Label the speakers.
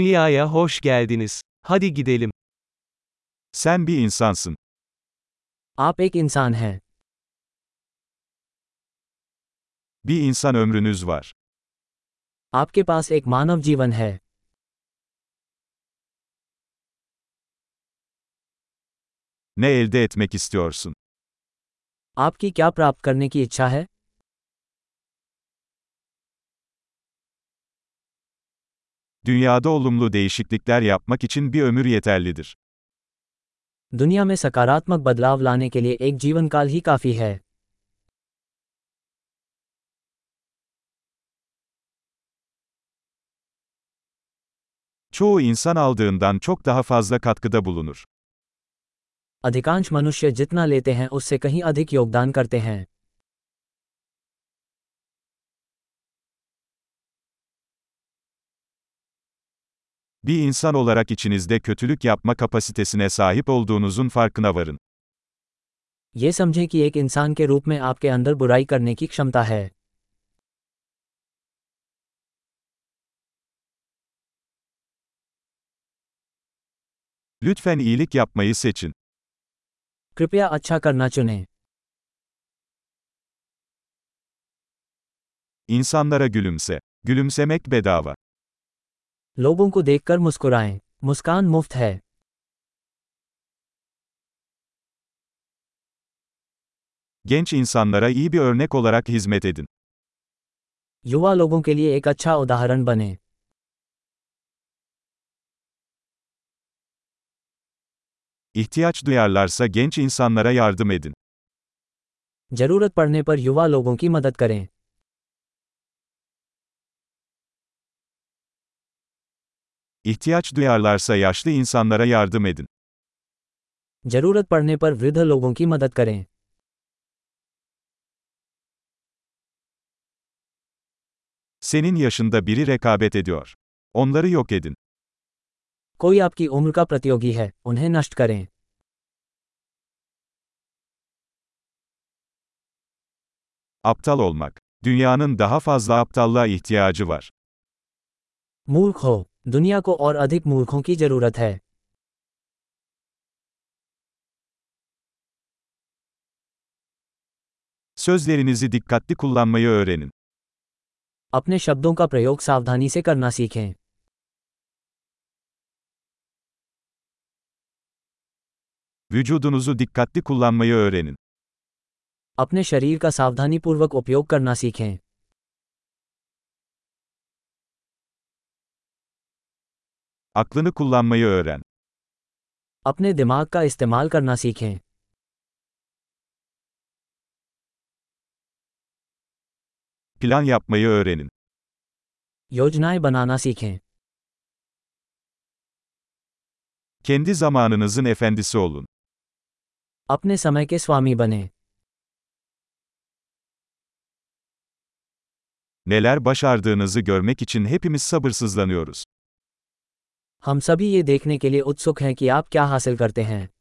Speaker 1: Dünyaya hoş geldiniz. Hadi gidelim.
Speaker 2: Sen bir insansın.
Speaker 3: आप एक इंसान हैं
Speaker 2: Bir insan ömrünüz var.
Speaker 3: आपके पास एक मानव जीवन है
Speaker 2: Ne elde etmek istiyorsun?
Speaker 3: आपकी क्या प्राप्त करने की इच्छा है
Speaker 2: Dünyada olumlu değişiklikler yapmak için bir ömür yeterlidir.
Speaker 3: दुनिया में सकारात्मक बदलाव लाने के लिए एक जीवन काल ही काफी है
Speaker 2: Çoğu insan aldığından çok daha fazla katkıda bulunur.
Speaker 3: अधिकांश मनुष्य जितना लेते हैं उससे कहीं अधिक योगदान करते हैं
Speaker 2: Bir insan olarak içinizde kötülük yapma kapasitesine sahip olduğunuzun farkına varın.
Speaker 3: ये समझें कि एक इंसान के रूप में आपके अंदर बुराई करने की क्षमता है
Speaker 2: Lütfen iyilik yapmayı seçin.
Speaker 3: कृपया अच्छा करना चुनें
Speaker 2: İnsanlara gülümse. Gülümsemek bedava.
Speaker 3: लोगों को देखकर मुस्कुराएं मुस्कान मुफ्त है
Speaker 2: Genç insanlara iyi bir örnek olarak hizmet edin.
Speaker 3: युवा लोगों के लिए एक अच्छा उदाहरण बने
Speaker 2: İhtiyaç duyarlarsa genç insanlara yardım edin.
Speaker 3: जरूरत पड़ने पर युवा लोगों की मदद करें
Speaker 2: İhtiyaç duyarlarsa yaşlı insanlara yardım edin.
Speaker 3: जरूरत पड़ने पर वृद्ध लोगों की मदद करें
Speaker 2: Senin yaşında biri rekabet ediyor. Onları yok edin.
Speaker 3: कोई आपकी उम्र का प्रतियोगी है उन्हें नष्ट करें
Speaker 2: Aptal olmak. Dünyanın daha fazla aptallığa ihtiyacı var.
Speaker 3: मूर्ख हो दुनिया को और अधिक मूर्खों की जरूरत है
Speaker 2: Sözlerinizi dikkatli kullanmayı öğrenin.
Speaker 3: अपने शब्दों का प्रयोग सावधानी से करना सीखें
Speaker 2: Vücudunuzu dikkatli kullanmayı öğrenin.
Speaker 3: अपने शरीर का सावधानीपूर्वक उपयोग करना सीखें
Speaker 2: Aklını kullanmayı öğren.
Speaker 3: अपने दिमाग का इस्तेमाल करना सीखें
Speaker 2: Plan yapmayı öğrenin.
Speaker 3: योजनाएं बनाना सीखें
Speaker 2: Kendi zamanınızın efendisi olun.
Speaker 3: अपने समय के स्वामी बने
Speaker 2: Neler başardığınızı görmek için hepimiz sabırsızlanıyoruz.
Speaker 3: हम सभी ये देखने के लिए उत्सुक हैं कि आप क्या हासिल करते हैं